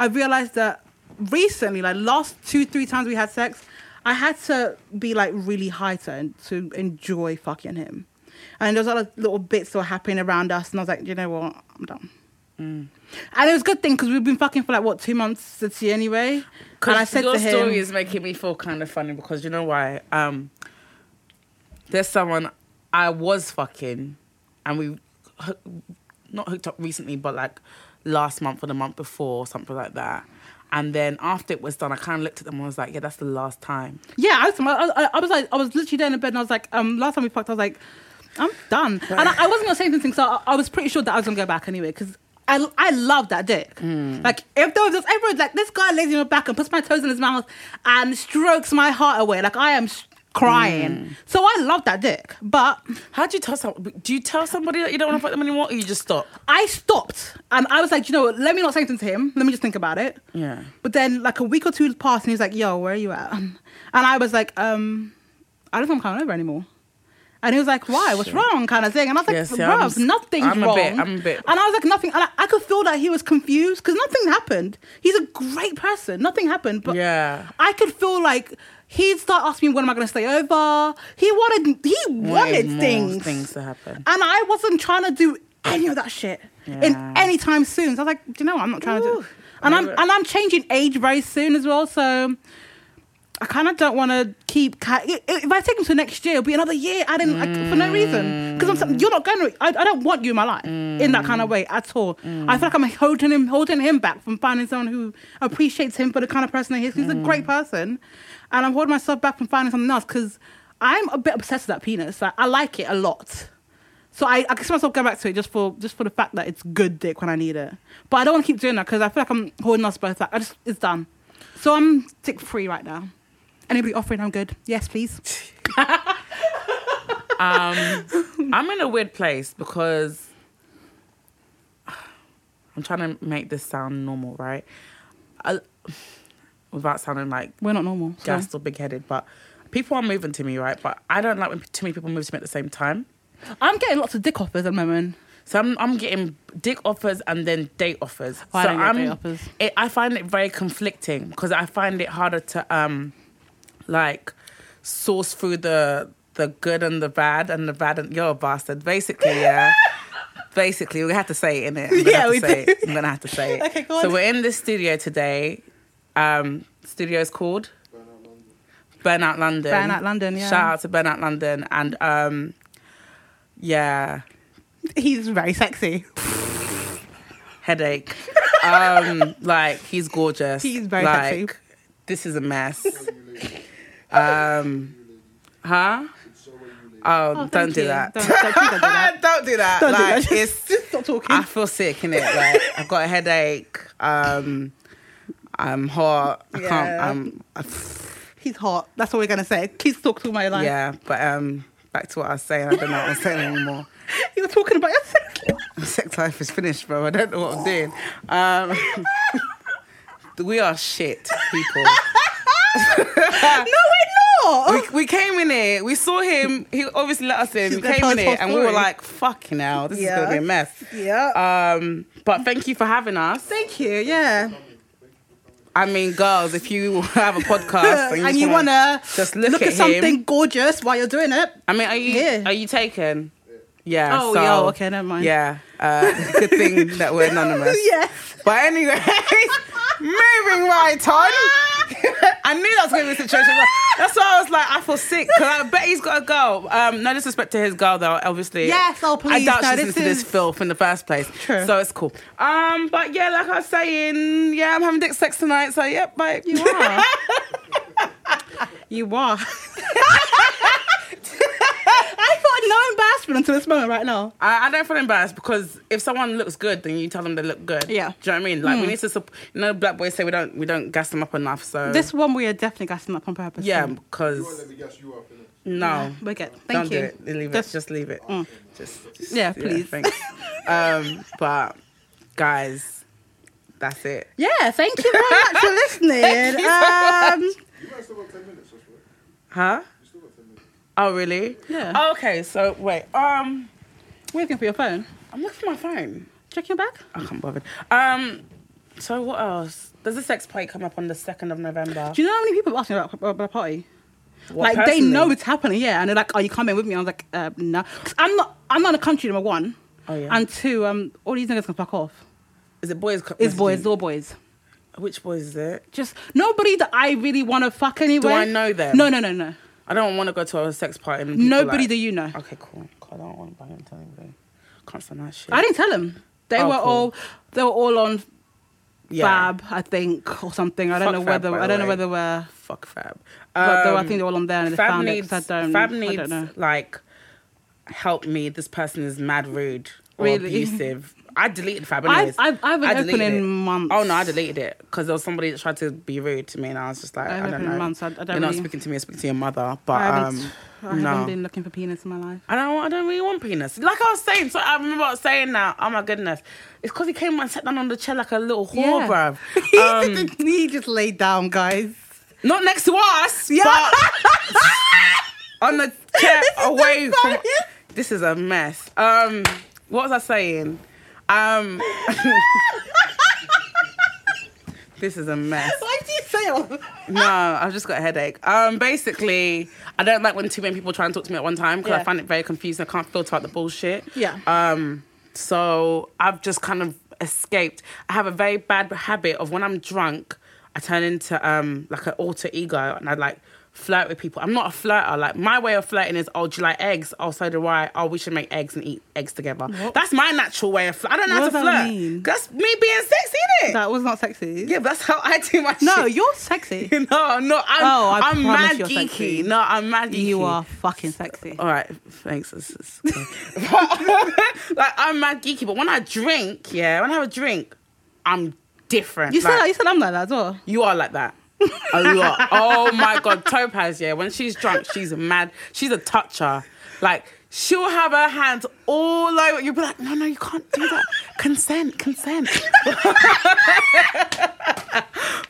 I realized that recently, like last two three times we had sex, I had to be like really high to to enjoy fucking him. And there's other little bits that were happening around us, and I was like, you know what, I'm done.
Mm.
And it was a good thing because we've been fucking for like what two months this year anyway. And I said
your
to him,
story is making me feel kind of funny because you know why? Um, there's someone I was fucking, and we hoo- not hooked up recently, but like last month or the month before, or something like that. And then after it was done, I kind of looked at them and was like, "Yeah, that's the last time."
Yeah, I was, I, I- I was like, I was literally there in the bed, and I was like, um, last time we fucked, I was like, I'm done, and I, I wasn't gonna say anything, so I, I was pretty sure that I was gonna go back anyway, because I, I love that dick. Like if there was just everyone's like this guy lays on your back and puts my toes in his mouth and strokes my heart away. Like I am s- crying. So I love that dick, but
How do you tell some? Do you tell somebody that you don't want to fuck them anymore, or you just stop?
I stopped and I was like, you know, what, let me not say anything to him. Let me just think about it.
Yeah.
But then like a week or two passed and he's like, yo, where are you at? And I was like, um, I don't think I'm coming over anymore. And he was like, why? What's wrong? Kind of thing. And I was like,
Yeah, see, I'm s-
bruv, nothing's
I'm a
wrong.
bit- I'm a bit-
And I was like, nothing. And I, I could feel that he was confused because nothing happened. He's a great person. Nothing happened. But
Yeah.
I could feel like he'd start asking me when am I going to stay over. He wanted, he wanted
more
things.
things to happen.
And I wasn't trying to do any of that shit in
Yeah.
any time soon. So I was like, do you know what? I'm not trying to do
Ooh.
And I'm
Maybe-
and I'm changing age very soon as well. So I kind of don't want to keep. Ca- i- i- if I take him to next year, it'll be another year. I didn't like, for no reason because I'm. so- You're not going to. I, I don't want you in my life in that kind of way at all. I feel like I'm holding him, holding him back from finding someone who appreciates him for the kind of person he is. He's a
Mm.
great person, and I'm holding myself back from finding something else because I'm a bit obsessed with that penis. Like, I like it a lot. So I, I can see myself going back to it just for just for the fact that it's good dick when I need it. But I don't want to keep doing that because I feel like I'm holding us both back. I just it's done. So I'm dick free right now. Anybody offering? I'm good. Yes, please.
I'm in a weird place because I'm trying to make this sound normal, right? I, without sounding like
We're not normal. So.
gassed or big headed, but people are moving to me, right? But I don't like when too many people move to me at the same time.
I'm getting lots of dick offers at the moment.
So I'm, I'm getting dick offers and then date offers.
Oh, I
so
don't get
I'm,
date offers.
It, I find it very conflicting because I find it harder to um, like, source through the the good and the bad and the bad and you're a bastard. Basically, yeah. Basically, we have to say it in it. I'm gonna
Yeah,
have to
we
say
do.
It. I'm gonna have to say it.
Okay, go
So
on.
we're in this studio today. Um, studio is called Burnout London.
Burnout London, yeah.
Shout out to Burnout London and um, yeah.
He's very sexy.
headache. um, like he's gorgeous.
He's very
like,
sexy.
This is a mess. um, huh? Oh, don't
Thank
do
you.
that.
Don't, don't, please don't do that. Ah.
don't do that.
Don't do
like
that.
it's.
Just stop talking.
I feel sick in it. Like I've got a headache. Um, I'm hot. I can't. um,
Yeah.
I'm. I-
He's hot. That's all we're gonna say. Please talk to my life.
yeah, but um, back to what I was saying. I don't know what I'm saying anymore.
You're talking about your sex.
Sex life is finished, bro. I don't know what I'm doing. Um, we are shit people.
no, we're not.
we, we came in here, we saw him, he obviously let us in,
She's
we
gonna
came
tell
in
us
here
her
and we were
story.
like, fucking hell, this
Yeah.
is gonna be a mess.
yeah.
Um, but thank you for having us.
Thank you. Yeah.
I mean, girls, if you have a podcast and you,
and you
wanna,
wanna
just look, at,
at, something
him,
gorgeous while you're doing it.
I mean, are you
Yeah.
are you taken? Yeah.
Oh,
so,
yeah, okay, never mind.
Yeah. Uh, good thing that we're anonymous.
yes.
But anyway, moving right on. I knew that was going to be a situation. That's why I was like, I feel sick because I bet he's got a girl. Um, no disrespect to his girl though, obviously.
Yes, oh,
I
please,
doubt
no,
she's
this
into this
is-
filth in the first place.
True.
So it's cool. Um, but yeah, like I was saying, yeah, I'm having dick sex tonight. So yep, bye.
You are. you are. I felt no embarrassment until this moment right now.
I, I don't feel embarrassed because if someone looks good, then you tell them they look good.
Yeah. Hmm.
Do you know what I mean? Like we need to, sup- you know, black boys say we don't we don't gas them up enough. So
This one we are definitely gassing up on purpose.
yeah,
You won't
because
let me guess you are finished.
no,
we get. Thank
don't
you.
do it. Leave
That's- Mm.
it. Just leave it. Just, just-
Yeah, please.
thanks. um, but guys, that's it.
Yeah, thank you very much for listening.
you so
um,
You guys still got 10 minutes, that's right.
Huh?
You still got 10 minutes.
Oh really?
Yeah.
Oh, okay. So wait. Um,
We're looking for your phone.
I'm looking for my phone.
Check your bag.
I can't bother. Um, so what else? Does the sex play come up on the second of November?
Do you know how many people have asked me about, about the party?
What,
like they know
personally?
it's happening, yeah, and they're like, "Are you coming with me?" I was like, uh, "No, 'Cause I'm not. I'm not in the country number one,
Oh yeah.
and two, um, all these niggas can fuck off.
Is it boys? co-
It's boys,
messaging?
it's all boys.
Which boys is it?
Just nobody that I really want to fuck anyway.
I know them?
No, no, no, no.
I don't want to go to a sex party. And people
Nobody
like,
that you know.
Okay, cool. God, I don't want to buy them to anybody. Can't stand that shit.
I didn't tell them. They
Oh,
were
cool.
all they were all on
Yeah.
Fab, I think, or something. I don't
Fuck
know
Fab,
whether
by
I don't
the
know
way.
whether we're.
Fuck Fab.
But they were- I
Um,
think they were all on there and they
Fab
found it
needs, uh,
'cause I don't-
Fab
I
needs
don't know.
like help me. This person is mad rude. or
Really?
abusive. I deleted Fab.
I-
Anyways.
I've- I haven't opened
deleted
in
it.
months.
Oh no, I deleted it because there was somebody that tried to be rude to me, and I was just like,
I
I,
haven't
don't
opened in
know.
months. I- I don't
You're not
really-
speaking to me. You're speaking to your mother.
I
But
haven't,
um,
I
no.
haven't been looking for penis in my life.
I don't. I don't really want penis. Like I was saying, so I remember I was saying now. Oh my goodness, it's because he came and sat down on the chair like a little whore,
Yeah.
bruv. Um,
he just laid down, guys.
not next to us, but on the chair away from.
funniest.
This is a mess. Um, what was I saying? Um, this is a mess.
Why did you say all?
No, I've just got a headache. Um, basically, I don't like when too many people try and talk to me at one time because
Yeah.
I find it very confusing. I can't filter out the bullshit.
Yeah.
Um, so I've just kind of escaped. I have a very bad habit of when I'm drunk, I turn into um like an alter ego and I like flirt with people. I'm not a flirter. Like my way of flirting is, oh, do you like eggs? Oh, so do I. Oh, we should make eggs and eat eggs together. That's my natural way of flirt. I don't know
What does
how to
that
flirt.
mean?
That's me being sexy, innit?
That was not sexy.
yeah, but that's how I do my shit.
No, you're sexy.
No, no, I'm,
Oh, I
am
promise
mad
you're
geeky.
sexy.
No, I'm mad geeky.
you are fucking sexy.
All right, thanks. It's, it's okay. like I'm mad geeky, but when I drink, yeah, when I have a drink, I'm different.
You said
Like,
you said I'm like that as well.
you are like that. A lot. Oh my god, Topaz. Yeah, when she's drunk, she's mad. She's a toucher. Like she'll have her hands all over. You'll be like, no, no, you can't do that. Consent, consent.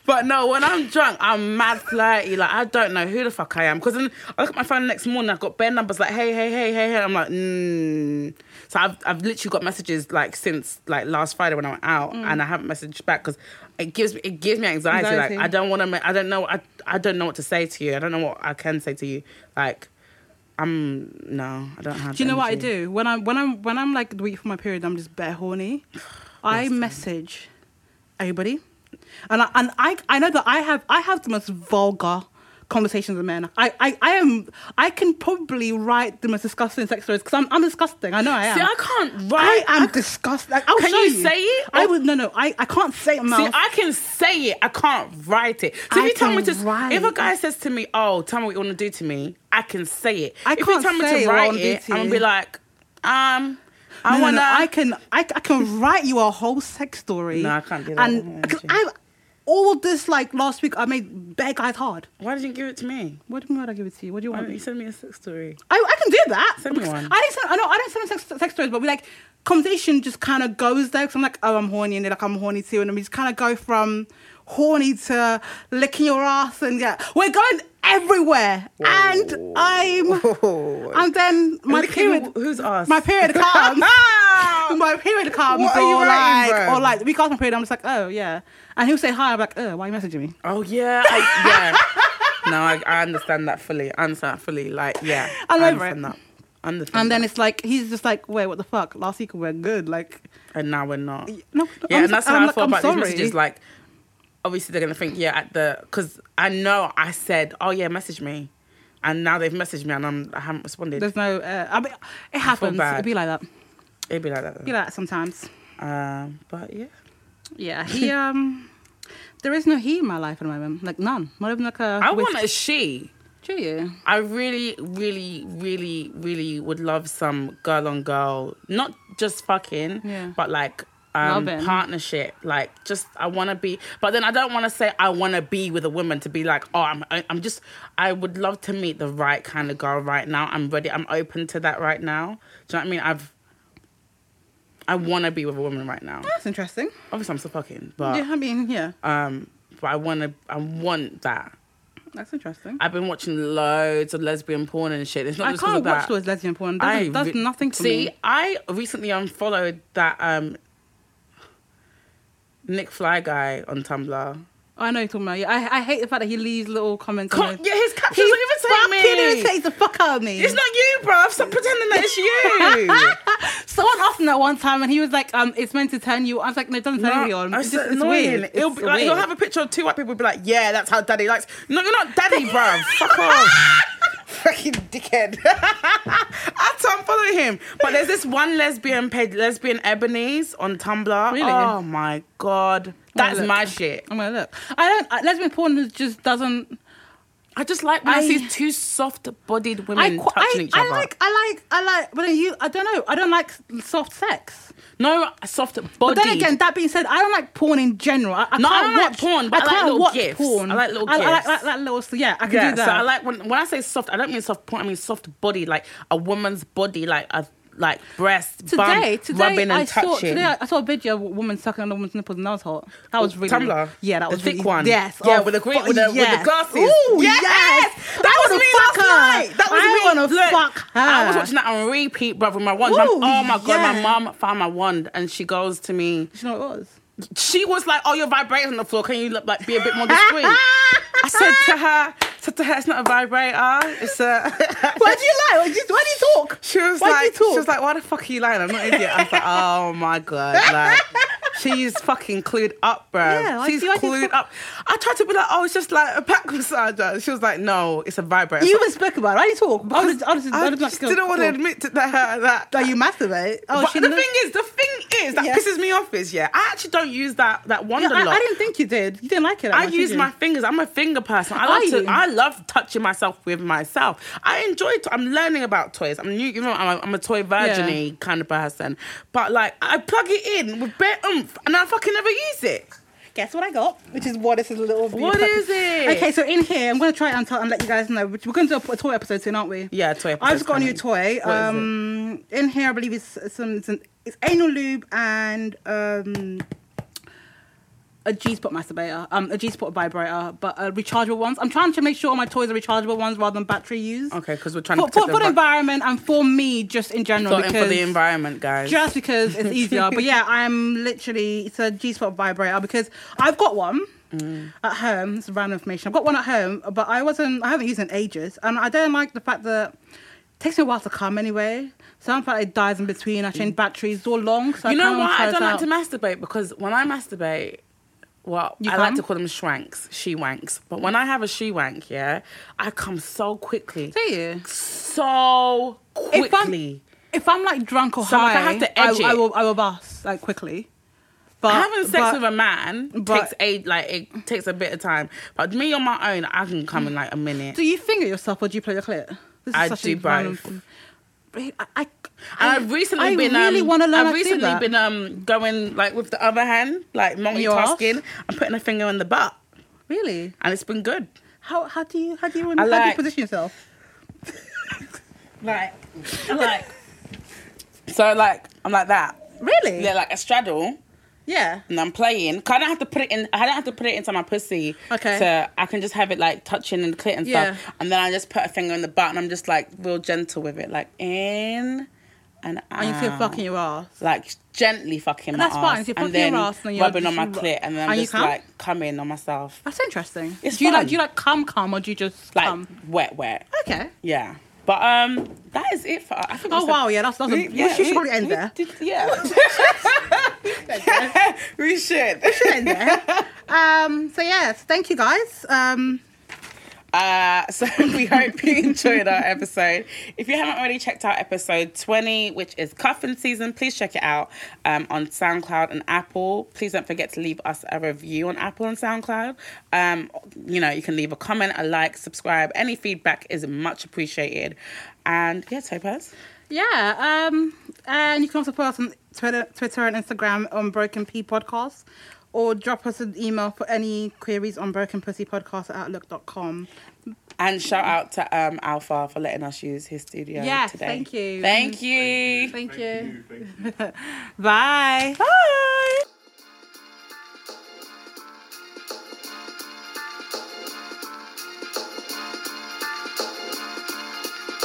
but no, when I'm drunk, I'm mad flirty. Like I don't know who the fuck I am. Because then I look at my phone the next morning. I've got bare numbers like, hey, hey, hey, hey, hey. I'm like, mm. So I've I've literally got messages like since like last Friday when I went out,
Mm.
and I haven't messaged back because it gives me it gives me anxiety anxiety.
Anxiety.
Like I don't want to. Ma- I don't know. I I don't know what to say to you. I don't know what I can say to you. Like I'm no. I don't have.
Do you
the
know what I
energy.
do when I'm when I'm when I'm like the week for my period? I'm just bare horny. I message everybody, and I, and I I know that I have I have the most vulgar conversations with men. I I, I am I can probably write the most disgusting sex stories because I'm I'm disgusting. I know I am.
See, I can't
I
write.
am disgusting. Like, I'll
Can
show
you
you,
say it?
I would no no. I, I can't say it. in my
See,
mouth.
I can say it. I can't write it. So if
I
you tell me
can
to,
write.
if a guy says to me, "Oh, tell me what you want to do to me," I can say it.
I
if you
can't
tell me
say
to
what I
write
wanna do
it,
to
I'm gonna
you.
be like, um, I
No, no,
wanna.
no, I can. I, I can write you a whole sex story.
No, I can't do that.
And
Yeah,
because
true.
I, all this like last week, I made bare guys hard.
Why did you give it to me?
What do you want? I give it to you. What do you
Why
want?
didn't you send me a sex story?
I, I can do that.
Send me
Because
one.
I don't. Send, I know. I don't send them sex, sex stories, but we like conversation just kind of goes there. Cause I'm like, oh, I'm horny, and they're like, I'm horny too, and then we just kind of go from horny to licking your ass, and yeah, we're going everywhere. And I'm, and then my
Licking
period.
wh- whose ass?
My period comes.
Ah!
my period comes,
What are you
or
writing,
like,
bro?
or like, we got my period. I'm just like, oh yeah, and he'll say hi. I'm like, oh, why are you messaging me?
Oh yeah, I, yeah. no, I, I understand that fully. I understand that fully. Like yeah,
I'm
I
over it.
understand that. I understand.
And then
that.
it's like he's just like, wait, what the fuck? Last week we were good, like,
and now we're not. Yeah,
no. I'm
and that's
so-
how
I'm
I
like,
feel
I'm
about
sorry.
these messages. Like, obviously they're gonna think yeah at the because I know I said oh yeah message me, and now they've messaged me and I'm I haven't responded.
There's no. Uh, I mean, it happens.
bad.
It'd be like that.
It'd be like that.
Be like that sometimes.
Um, but yeah.
Yeah. He um. There is no he in my life at the moment. Like none. Not even like a.
I
whisk.
want a she.
Do you?
I really, really, really, really would love some girl on girl, not just fucking,
Yeah.
but like um,
Loving.
partnership. Like, just I want to be, but then I don't want to say I want to be with a woman to be like, oh, I'm, I- I'm just. I would love to meet the right kind of girl right now. I'm ready. I'm open to that right now. Do you know what I mean? I've. I want to be with a woman right now.
That's interesting.
Obviously, I'm still fucking, but
yeah. I mean, yeah.
um, but I want to. I want that.
That's interesting. I,
I've been watching loads of lesbian porn and shit. It's not just 'cause
can't
of
watch
that.
those lesbian porn. Does, does
re-
nothing for
See,
me.
I recently unfollowed that um, Nick Fly guy on Tumblr.
I know you're talking about. Yeah, I, I hate the fact that he leaves little comments. on
Can't-
those-
yeah, his captions
He
don't even
fucking
say me.
irritates the fuck out of me.
It's not you, bruv. Stop pretending that it's you.
Someone asked him that one time, and he was like, "Um, it's meant to turn you." on." I was like, "No, it doesn't turn
No,
me on.
oh,
It's, just, it's
annoying.
weird.
It'll
It's
be like,
weird.
You'll have a picture of two white people be like, yeah, that's how daddy likes. No, you're not daddy, bruv. Fuck off. Fucking dickhead. I don't follow him. But there's this one lesbian page, Lesbian Ebony's on Tumblr.
Really?
Oh my God. That's
look.
my shit.
I'm gonna look. I don't. I, lesbian porn is just doesn't.
I just like when I,
I-
see two soft-bodied women
I, qu-
touching
I,
each
I
other.
like, I like, I like, but you, I don't know, I don't like soft sex.
no soft-bodied.
But then again, that being said, I don't like porn in general. I, I
No, I
can't
don't like
watch
porn, but I like
can't
little
watch
gifs.
porn.
I like little
I, I like,
gifs.
like, like little. So yeah, I can
yeah.
do that.
So I like when when I say soft, I don't mean soft porn. I mean soft body, like a woman's body, like a like breast,
today,
bum,
today
rubbing and
I
touching.
saw today I- I saw a video of a woman sucking on a woman's nipples and that was hot. That was really
Oh, Tumblr.
Yeah, that
The
was
thick
really,
one.
Yes,
Yeah,
oh,
with the gre-
fuck,
with the- with the
yes.
glasses.
Ooh,
Yes!
yes,
That
I
was
wanna
me
fuck
last
her.
night. That was
I
me.
want to
Look,
fuck her.
I was watching that on repeat, brother. My wand. My-
Ooh,
oh my god, my
yeah.
mom found my wand, and she goes to me.
Do you know what it was?
She was like, "Oh, you're vibrating on the floor. Can you look, like be a bit more discreet?" I said to her, "said to her, it's not a vibrator. It's a."
Why do you lie? Why do you, why do you talk?
She was
Why'd
like,
you talk?
she was like, why the fuck are you lying? I'm not an idiot. I was like, oh my god, like she's fucking clued up, bro.
Yeah, why'd
she's
you- why'd you
clued
talk-
up. I tried to be like, oh, it's just like a back massage. She was like, no, it's a vibrator.
You even spoke about it. Why do you talk? I would- I would- I
I
would
just
like
didn't want to admit to that. that
Like you masturbate. Oh,
but
she
the thing
looked-
is, the thing is that
Yeah.
pisses me off is yeah, I actually don't use that that wand
Yeah,
a
I,
lot.
I didn't think you did. You didn't like it. that
I
much, did
use
you?
my fingers. I'm a finger person. I
Are
love to,
you?
I love touching myself with myself. I enjoy. To, I'm learning about toys. I'm new. You know, I'm a, I'm a toy virgin
Yeah.
kind of person. But like, I plug it in with bare oomph, and I fucking never use it.
Guess what I got? Which is what this is a little.
What is it?
Okay, so in here, I'm gonna try it and, tell, and let you guys know. We're gonna do a, a toy episode soon, aren't we?
Yeah, toy.
I've just got a new
episode's coming.
toy.
What is it?
um, in here, I believe it's some it's, an, it's anal lube and um, a G spot masturbator, um, a G spot vibrator, but uh, rechargeable ones. I'm trying to make sure all my toys are rechargeable ones rather than battery used.
Okay, 'cause we're trying to
for, for,
protect
for the
the envi-
environment and for me just in general
Thought in for
because
the environment, guys.
just because it's easier. but yeah, I'm literally it's a G spot vibrator because I've got one
Mm.
at home. It's random information. I've got one at home, but I wasn't. I haven't used it in ages, and I don't like the fact that it takes me a while to come anyway. So I'm like it dies in between. I change batteries. It's all long. So
Mm. you
I
know
kinda wanna
why
try
I
this
don't like
out.
to masturbate because when I masturbate, well,
You
I like
come?
to call them shwanks, she wanks. But when I have a she wank, yeah, I come so quickly,
Do you?
so
If I'm-
quickly.
If I'm like drunk or
So,
high,
like, I have to edge
I, I
it.
will. I will bust like quickly. But
Having sex
but-
with a man
but-
takes a like it takes a bit of time, but me on my own, I can come in like a minute.
Do you finger yourself or do you play your clit? This
I
a
do
random
both.
thing. But I, I,
And I've recently
I
been
really
um,
want to learn
I've
how to
recently
do that.
been um going like with the other hand, like
your ass?
multitasking. I'm putting a finger in the butt,
really.
and it's been good.
How how do you how do you
I
how do
like-
you position yourself?
Like, like, so like I'm like that.
Really?
Yeah, like a straddle.
Yeah.
and I'm playing. 'Cause I don't have to put it in. I don't have to put it into my pussy.
Okay.
So I can just have it like touching and clit and
Yeah.
stuff, and then I just put a finger in the butt, and I'm just like real gentle with it, like in and out.
And you feel fucking your ass.
Like gently fucking my
That's fine,
ass,
so you're
and
fucking your
then
ass and you're
rubbing on my
just-
clit, and then I'm
and you
just
come?
like coming on myself,
That's interesting.
It's
do you
fun.
like do you like cum cum or do you just
like
cum?
wet, wet.
Okay.
Yeah. But um, that is it for. I think we
Oh
said-
wow, yeah, that's that's a,
We-
we should
we-
probably end
we
there.
did- yeah. we should.
End there. Um so yes, thank you guys. Um
Uh, so we hope you enjoyed our episode. If you haven't already checked out episode 20, which is cuffing season, please check it out um, on SoundCloud and Apple. Please don't forget to leave us a review on Apple and SoundCloud. Um, you know, you can leave a comment, a like, subscribe. Any feedback is much appreciated. And yeah, Topaz.
yeah, um and you can also follow us on Twitter Twitter and Instagram on Broken P Podcast. Or drop us an email for any queries on brokenpussypodcast at outlook.com.
And shout out to um, Alpha for letting us use his studio
Yes,
today.
thank you.
Thank you.
Thank,
Thank
you.
you. Thank you.
Bye.
Bye.